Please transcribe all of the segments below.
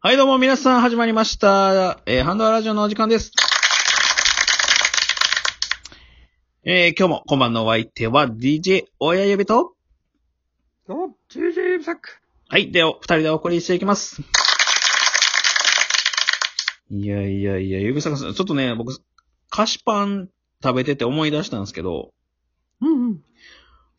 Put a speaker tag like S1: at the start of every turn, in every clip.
S1: はい、どうも皆さん、始まりました。えーハンドアラジオのお時間です。えー今日も、今晩のお相手は DJ 親指と、
S2: どうも、DJ サック。
S1: はい、では、二人でお送りしていきます。いやいやいや、指坂さん、ちょっとね、僕、菓子パン食べてて思い出したんですけど、
S2: うんうん。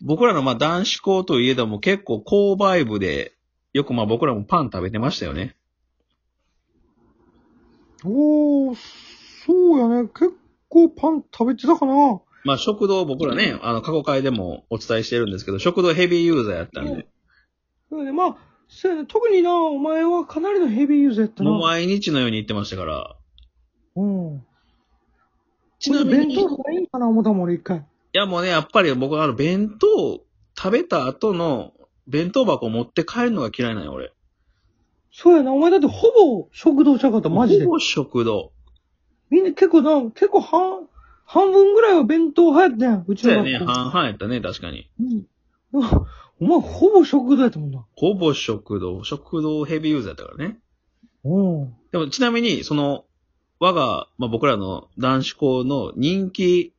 S1: 僕らのまあ男子校といえども結構購買部で、よくまあ僕らもパン食べてましたよね。
S2: おー、そうやね。結構パン食べてたかな。
S1: まあ食堂僕らね、あの過去会でもお伝えしてるんですけど、食堂ヘビーユーザーやったんで、
S2: それで、まあ、そうやね。特にな、お前はかなりのヘビーユーザーやったな。
S1: もう毎日のように行ってましたから。
S2: うん。
S1: ちなみ
S2: 弁
S1: に、い
S2: 当がいいんかな、思ったもん、俺一回。
S1: やもうね、やっぱり僕はあの弁当、食べた後の弁当箱を持って帰るのが嫌いなんよ、俺。
S2: そうやな。お前だってほぼ食堂ちゃうかった、マジで
S1: ほ。ぼ食堂。
S2: みんな結構な、結構半、半分ぐらいは弁当流行ったやん、うち
S1: そうや
S2: の
S1: ね、
S2: 学校。
S1: 半々やったね、確かに。
S2: うん。お前ほぼ食堂やったもんな。
S1: ほぼ食堂、食堂ヘビーユーザーだからね。
S2: うん。
S1: でもちなみに、その、我が、まあ、僕らの男子校の人気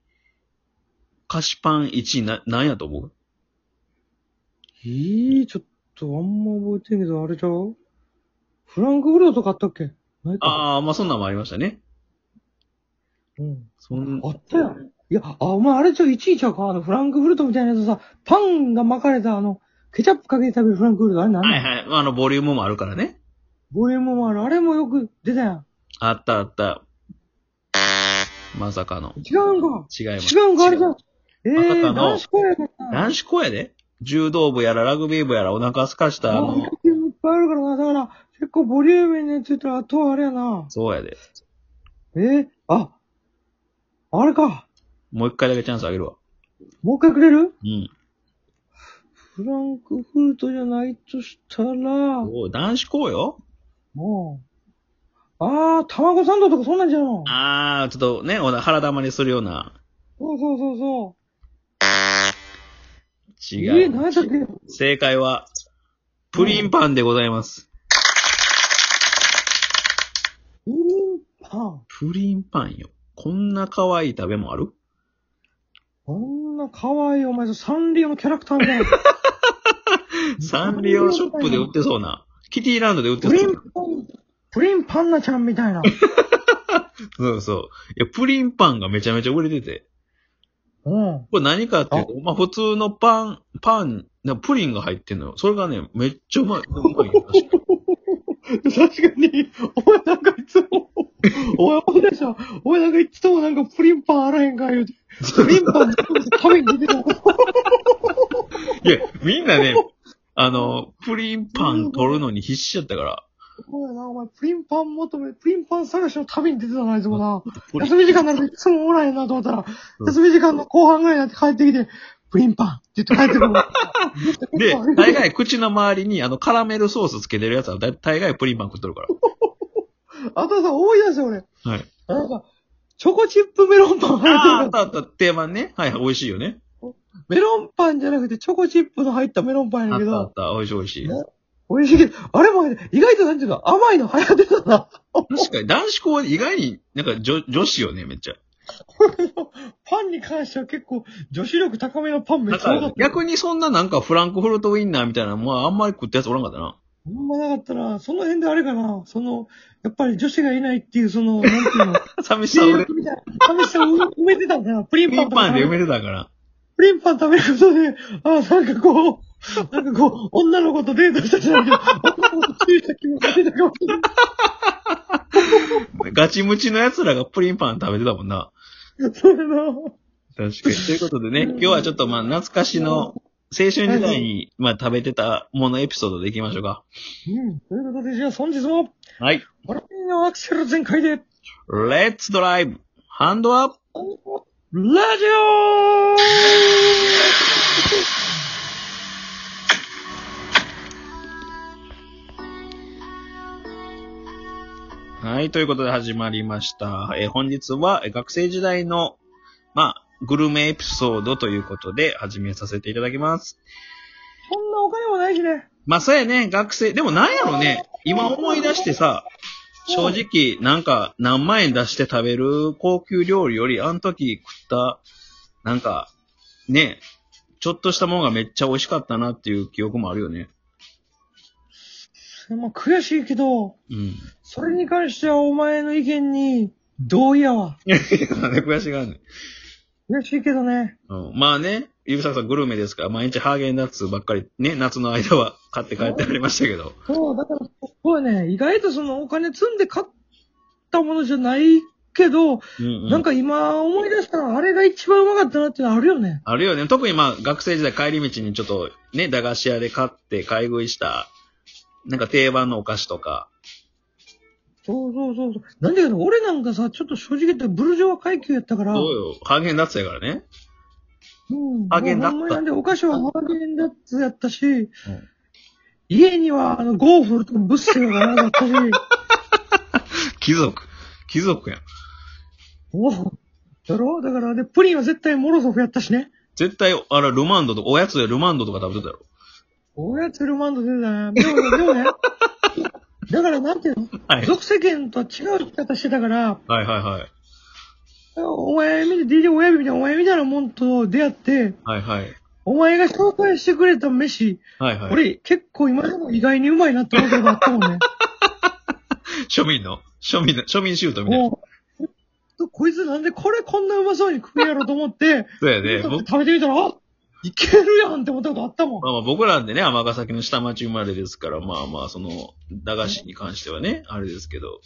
S1: 菓子パン1位な、なんやと思う
S2: ええちょっとあんま覚えてんけど、あれちゃうフランクフルトとかあったっけないか。
S1: ああ、まあ、そんなんもありましたね。
S2: うん。
S1: そん
S2: あったやん。いや、あ、お前あれちゃう、いちいちゃうか、あの、フランクフルトみたいなやつさ、パンが巻かれた、あの、ケチャップかけて食べるフランクフルト、あれ何、
S1: はいはい。まああの、ボリュームもあるからね。
S2: ボリュームもある。あれもよく出たやん。
S1: あったあった。まさかの。
S2: 違うんか。
S1: 違います。
S2: 違うんか、あれじゃん。ええ
S1: 赤
S2: ー、
S1: かの
S2: 男子校やからな。
S1: 男子校やで。柔道部やらラグビー部やらお腹空かした、あ
S2: あボ
S1: の、
S2: リュームいっぱいあるからな。だから、結構ボリュームについたら、あとはあれやな。
S1: そうやで。
S2: ええあ、あれか。
S1: もう一回だけチャンスあげるわ。
S2: もう一回くれる
S1: うん。
S2: フランクフルトじゃないとしたら、
S1: おう男子校よ
S2: もう、あー、卵サンドとかそんなんじゃん。そう
S1: あー、ちょっとね、おな腹玉にするような。
S2: そうそうそ
S1: 違
S2: う。
S1: う。
S2: えー、何やったっけ
S1: 正解は、プリンパンでございます。
S2: プリンパン。
S1: プリンパンよ。こんな可愛い食べもある
S2: こんな可愛いお前さ、サンリオのキャラクターみ たいな。
S1: サンリオショップで売ってそうな。キティランドで売って
S2: プリ
S1: そう
S2: ン
S1: な。
S2: パン、プリンパンナちゃんみたいな。
S1: そうそう。いや、プリンパンがめちゃめちゃ売れてて。
S2: うん。
S1: これ何かっていうと、まあ普通のパン、パン、なプリンが入ってんのよ。それがね、めっちゃうまい。うまいよ確かに
S2: 確かに、お前なんかいつも、お前思い出した。お前なんかいつもなんかプリンパンあらへんか言うて、プリンパン食べに出て
S1: い
S2: た。
S1: や、みんなね、あの、プリンパン取るのに必死やったから。
S2: そうやな、お前、プリンパン求め、プリンパン探しの旅に出てたな、いつもな。
S1: プリン
S2: 休み時間なんていつもおらへんなと思ったら、
S1: うん
S2: 休み時間の後半ぐらいになって帰ってきて、プリンパンって言って帰ってくる。
S1: で、大概口の周りにあのカラメルソースつけてるやつはだ大概プリンパン食っとるか
S2: あとさ、思い出した俺。
S1: ら。はい。
S2: なんか、チョコチップメロンパン
S1: あーあっ
S2: 入っ
S1: てたあった、定番ね。はい、美味しいよね。
S2: る。メロンパンじゃなくて、チョコチップの入ったメロンパン
S1: あ
S2: や
S1: っ
S2: け
S1: たあっ
S2: ど、
S1: た、美味しい美味しい。
S2: ね美味しいけど、あれも入って意外となんていうか、甘いの流行ってたな。
S1: 確かに男子校は意外になんか女女子よね、めっちゃ。
S2: パンに関しては結構、女子力高めのパンめ
S1: だ
S2: っちゃ
S1: か
S2: 多か
S1: ら
S2: った。
S1: 逆にそんななんかフランクフルトウインナーみたいなのもあんまり食ったやつおらんかったな。
S2: あんまなかったな。その辺であれかな。その、やっぱり女子がいないっていう、その、なんていうの、
S1: 寂しさ
S2: 制
S1: 俺、
S2: 約みたいな。試しを埋めてたんだな。プリン
S1: ピ
S2: パン
S1: ン
S2: とか
S1: パンで埋めてたから。
S2: プリンパン食べることで、あなんかこう、なんか こう、女の子とデートしたじゃないけど、女の子と注意した気分が出たかもしれない。
S1: ガチムチの奴らがプリンパン食べてたもんな。
S2: それの、
S1: 確かに。 ということでね、今日はちょっとまあ懐かしの青春時代にまあ食べてたものエピソードでいきましょうか。
S2: うん。ということで、じゃあ、本日も、
S1: はい。
S2: 笑いのアクセル全開で、ラジ
S1: レッツドライブハンドアップ
S2: オー
S1: はい、ということで始まりました。えー本日はえー学生時代の、まあ、グルメエピソードということで始めさせていただきます。
S2: そんなお金もないしね。
S1: まあ、そうやね、学生、でもなんやろね、今思い出してさ、正直、なんか、何万円出して食べる高級料理より、あの時食った、なんか、ね、ちょっとしたものがめっちゃ美味しかったなっていう記憶もあるよね。
S2: まあ、悔しいけど、
S1: うん。
S2: それに関してはお前の意見に同意やわ。
S1: なんで悔しがんねん。
S2: 悔しいけどね。
S1: うん、まあね、ゆうさくさんグルメですから、毎日ハーゲンダッツばっかり、ね、夏の間は買って帰ってありましたけど。
S2: そう、だから、そうやね、意外とそのお金積んで買ったものじゃないけど、
S1: うん、うん。
S2: なんか今思い出したらあれが一番うまかったなってのあるよね。
S1: あるよね。特にまあ、学生時代帰り道にちょっと、ね、駄菓子屋で買って買い食いした、なんか定番のお菓子とか。
S2: そうそうそうそう。なんだけど、俺なんかさ、ちょっと正直言ってブルジョワ階級やったから、
S1: そうよ。ハーゲンダッツやからね。
S2: うん。
S1: ハーゲンダッツ
S2: もうほんまになんでお菓子はハーゲンダッツやったし、家にはあのゴーフルとブッセがなかったし、
S1: 貴族。貴族やん。
S2: おうだろだから、で、プリンは絶対モロソフやったしね。
S1: 絶対、あれ、ルマンドとか、おやつでルマンドとか食べてたやろ。
S2: おやつルマンド出てたね。でもね、でもね。だから、なんていうの
S1: はい。
S2: 属世間とは違う生き方してたから、
S1: はいはいはい。
S2: お前みたいな、DJ 親指みたいな、お前みたいなもんと出会って、
S1: はいはい。
S2: お前が紹介してくれた飯、
S1: はいはい。
S2: 俺結構今でも意外にうまいなって思うことがあったもん ね。
S1: 庶民の庶民の、庶民シュートみたいな。
S2: もう、こいつなんでこれこんなうまそうに食うやろと思 って、
S1: そうやね。僕
S2: 食べてみたら、あいけるやんって思ったことあったもん。
S1: まあまあ僕らでね、尼崎の下町生まれですから、まあまあ、その、駄菓子に関してはね、あれですけど。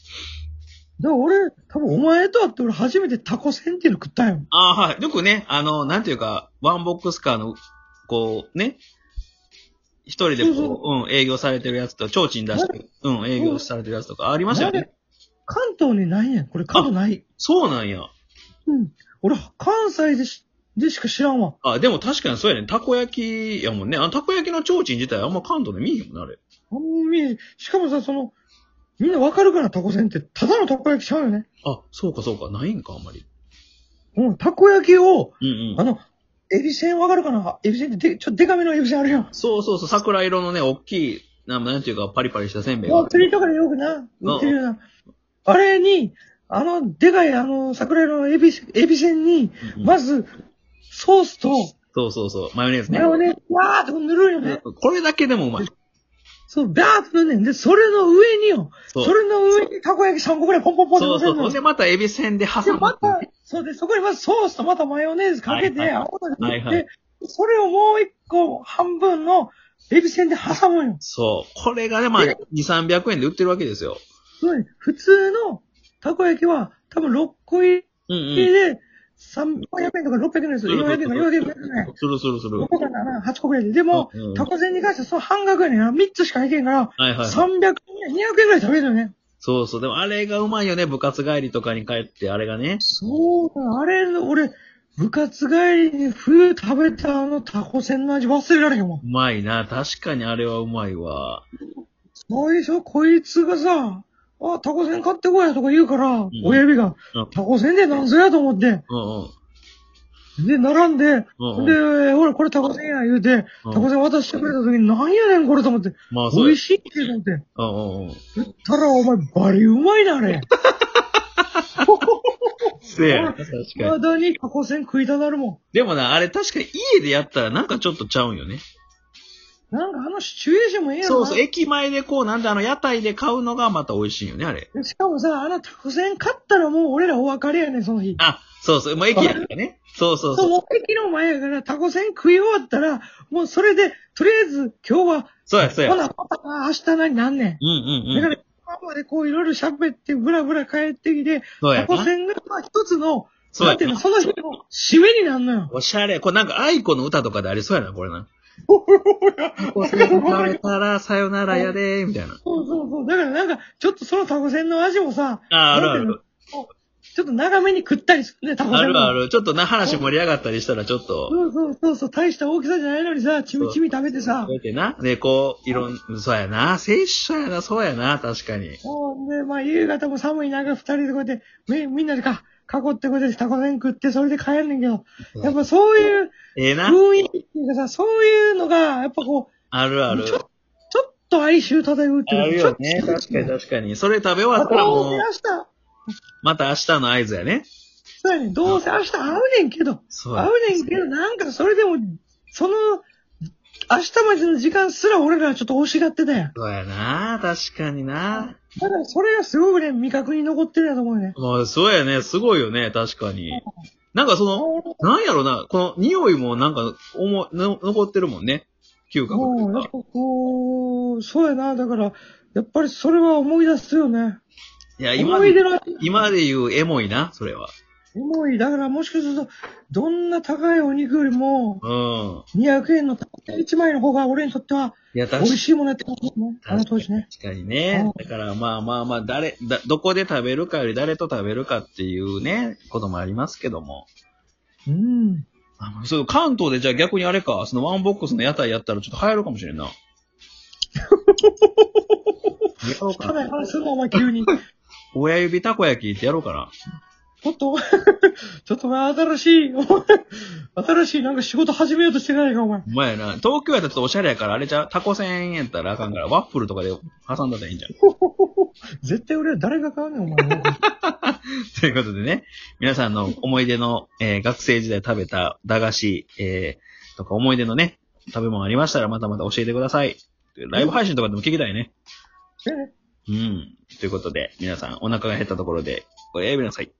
S2: だから俺、多分お前と会って俺初めてタコせんっていうの食ったんよ。
S1: ああ、はい。よくね、あの、なんていうか、ワンボックスカーの、こう、ね、一人で
S2: そう
S1: こう、うん、営業されてるやつと、提灯出して、うん、営業されてるやつとかありましたよ
S2: なん
S1: ね。
S2: で関東にないやん。これ関東ない。
S1: そうなんや。
S2: うん。俺、関西でしでしか知らんわ。
S1: あ、でも確かにそうやね。たこ焼きやもんね。あの、たこ焼きの提灯自体あんま関東で見えへんもんな、あれ。
S2: あんまりしかもさ、その、みんなわかるかな、タコせんって。ただのたこ焼きちゃうよね。
S1: あ、そうかそうか。ないんか、あんまり。
S2: うん、たこ焼きを、
S1: うんう
S2: あ
S1: ん。
S2: の、エビせんわかるかなエビせんってで、ちょっとデカめのエビせんあるやん。
S1: そうそうそう、桜色のね、大きい、なんなんていうか、パリパリしたせんべいが
S2: もう。釣りとかでよくな、売ってるような。あれに、あの、でかい、あの、桜色のエビ、エビせんに、
S1: うん
S2: まず、ソースと、
S1: そうそうそう、マヨネーズ
S2: マ
S1: ね。
S2: ヨネーズ、わーっと塗るよね。
S1: これだけでもうまい。
S2: そう、バーっと塗んねん。で、それの上によ、
S1: そう。
S2: それの上にたこ焼き3個ぐらいポンポンポンって
S1: そ
S2: 乗
S1: う
S2: せ
S1: そう
S2: る
S1: そ
S2: の
S1: う。。で、またエビせんで
S2: で、
S1: 挟
S2: ま
S1: ま
S2: た
S1: って。、
S2: そうで、そこにまずソースとまたマヨネーズかけ
S1: はい
S2: て、
S1: はい
S2: 青のり
S1: はい
S2: 塗
S1: は
S2: って
S1: い、
S2: それをもう一個半分のエビせんで挟むんよ。
S1: そう。これがね、まあ、2、
S2: え
S1: 300円で売ってるわけですよ。
S2: つまり普通のたこ焼きは多分6個入
S1: うん
S2: り
S1: うん。
S2: で300円とか600円ですよ。400円とか400円とかね。
S1: するするする。
S2: 5
S1: は
S2: 個からな8個ぐらいで。でも
S1: うんうん、
S2: たこ膳に関してはその半額やねんな。3つしかいけんから、
S1: いはい。
S2: 300円、200円ぐらい食べるよね。
S1: そうそう。でもあれがうまいよね。部活帰りとかに帰って、あれがね。
S2: そうだ、あれ、俺、部活帰りに冬食べたあのタコせんの味忘れられへんわ
S1: う。まいな。確かにあれはうまいわ。
S2: そうでしょこいつがさ、あ、タコせん買ってこいやとか言うから、親指が
S1: うん、
S2: タコせんでなんぞやと思って、
S1: うんうん。
S2: で、並んで、
S1: うんうん
S2: で、ほら、これタコせんや言うて、
S1: うん
S2: タコせん渡してくれた時に、なんやねんこれと思って、
S1: まあそう
S2: 美
S1: や
S2: 味しいって思って、
S1: うんうんうん。
S2: 言ったらお前バリうまいな、あれ。
S1: せや。確か
S2: ま
S1: に。
S2: だにタコせん食いたなるも
S1: でもな、あれ確かに家でやったらなんかちょっとちゃうんよね。
S2: ん。なんかあのシチュエーションもええやろ
S1: そ
S2: な。
S1: うそう。駅前でこう、なんであの屋台で買うのがまた美味しいよね、あれ。
S2: でしかもさ、あのタコせん買ったらもう俺らお別れやねん、その日。
S1: あ、そうそう。もう駅やからね。そうそうそ
S2: そう、
S1: う。
S2: もう駅の前やからタコせん食い終わったら、もうそれで、とりあえず今日は、
S1: そうや、そうや。
S2: ほ
S1: うん
S2: な、また明日何なんね
S1: うん
S2: ん。
S1: う
S2: だか
S1: ん。
S2: ら、今までこういろいろ喋って、ブラブラ帰ってきて、
S1: そうや
S2: タコ
S1: な。
S2: せんがまあ一つの、
S1: そう
S2: な
S1: や
S2: んていう
S1: な
S2: の、。その日の締めになんのよ。
S1: おしゃれ。これなんか、愛子の歌とかでありそうやな、これな。こ
S2: そうそう
S1: 食べたら、さよならやでー、みたいな。
S2: そうそう。だからなんか、ちょっとそのタコせんの味もさ、
S1: あー、あるあ
S2: なんていうの
S1: る。
S2: ちょっと長めに食ったりするね、タコ
S1: あ
S2: せん
S1: る
S2: も
S1: ある。ちょっとな、話盛り上がったりしたら、ちょっと、
S2: そうそうそうそう、大した大きさじゃないのにさ、ちみちみ食べてさ
S1: こう、やってな。で、こう、いろん、そうやな。聖書やな、そうやな、確かに。
S2: もうね、まあ、夕方も寒い中、二人でこうやって、み、みんなでか、囲ってこうやってタコせん食って、それで帰んねんけど、やっぱそういう
S1: ええな。
S2: 雰囲気っていうかさ、そういうのが、やっぱこ
S1: あるあ
S2: う、
S1: る
S2: ち。ょ、ちょっと哀愁漂うって
S1: ある
S2: いう
S1: よ
S2: か
S1: ね。
S2: ちょっと
S1: 確かに確かに。それ食べ終わったら
S2: どう
S1: も
S2: せ
S1: う、
S2: 明日、
S1: また明日の合図やね。
S2: そうやねんどうせ明日会うねんけど、
S1: そう
S2: 会
S1: や。
S2: うねんけど、なんかそれでも、その、明日までの時間すら俺らちょっと惜しがってたやん。
S1: そうやな確かにな
S2: だからそれがすごくね、味覚に残ってるやと思うね。
S1: まあ、そうやね。すごいよね。確かに。なんかその、なんやろな、この匂いもなんか、おも、の残ってるもんね。嗅覚と
S2: も
S1: いう
S2: う、やっぱ
S1: か。
S2: こう、そうやな。だから、やっぱりそれは思い出すよね。
S1: いや、今
S2: 思い
S1: で、
S2: 出の、
S1: 今で言うエモいな、それは。
S2: 思い。だからもしかすると、どんな高いお肉よりも、
S1: うん。
S2: 200円のたった1枚の方が俺にとってはい
S1: や、
S2: 美
S1: 確か
S2: 味しいものやったんですね。あの当時ね。
S1: 確かにね。だからまあまあまあ、誰、だ、どこで食べるかより誰と食べるかっていうね、こともありますけども。
S2: うん。
S1: あそう、関東でじゃあ逆にあれか、そのワンボックスの屋台やったらちょっと流行るかもし れんな。やろうか
S2: た
S1: な。
S2: だ、あれするのお前 急に。
S1: 親指たこ焼きってやろうかな。
S2: ちょっと、 ちょっとお前新しい、お前、新しいなんか仕事始めようとしてないか、お前。
S1: お前やな、東京やったらちょっとおしゃれやから、あれじゃうタコせんやったらあかんから、ワッフルとかで挟んだらいいんじゃん。
S2: 絶対俺は誰が買うねん、お前。
S1: ということでね、皆さんの思い出の、えー学生時代食べた駄菓子、えーとか思い出のね、食べ物ありましたらまたまた教えてください。ライブ配信とかでも聞きたいね。
S2: え
S1: うん。ということで、皆さんお腹が減ったところで、おやすみなさい。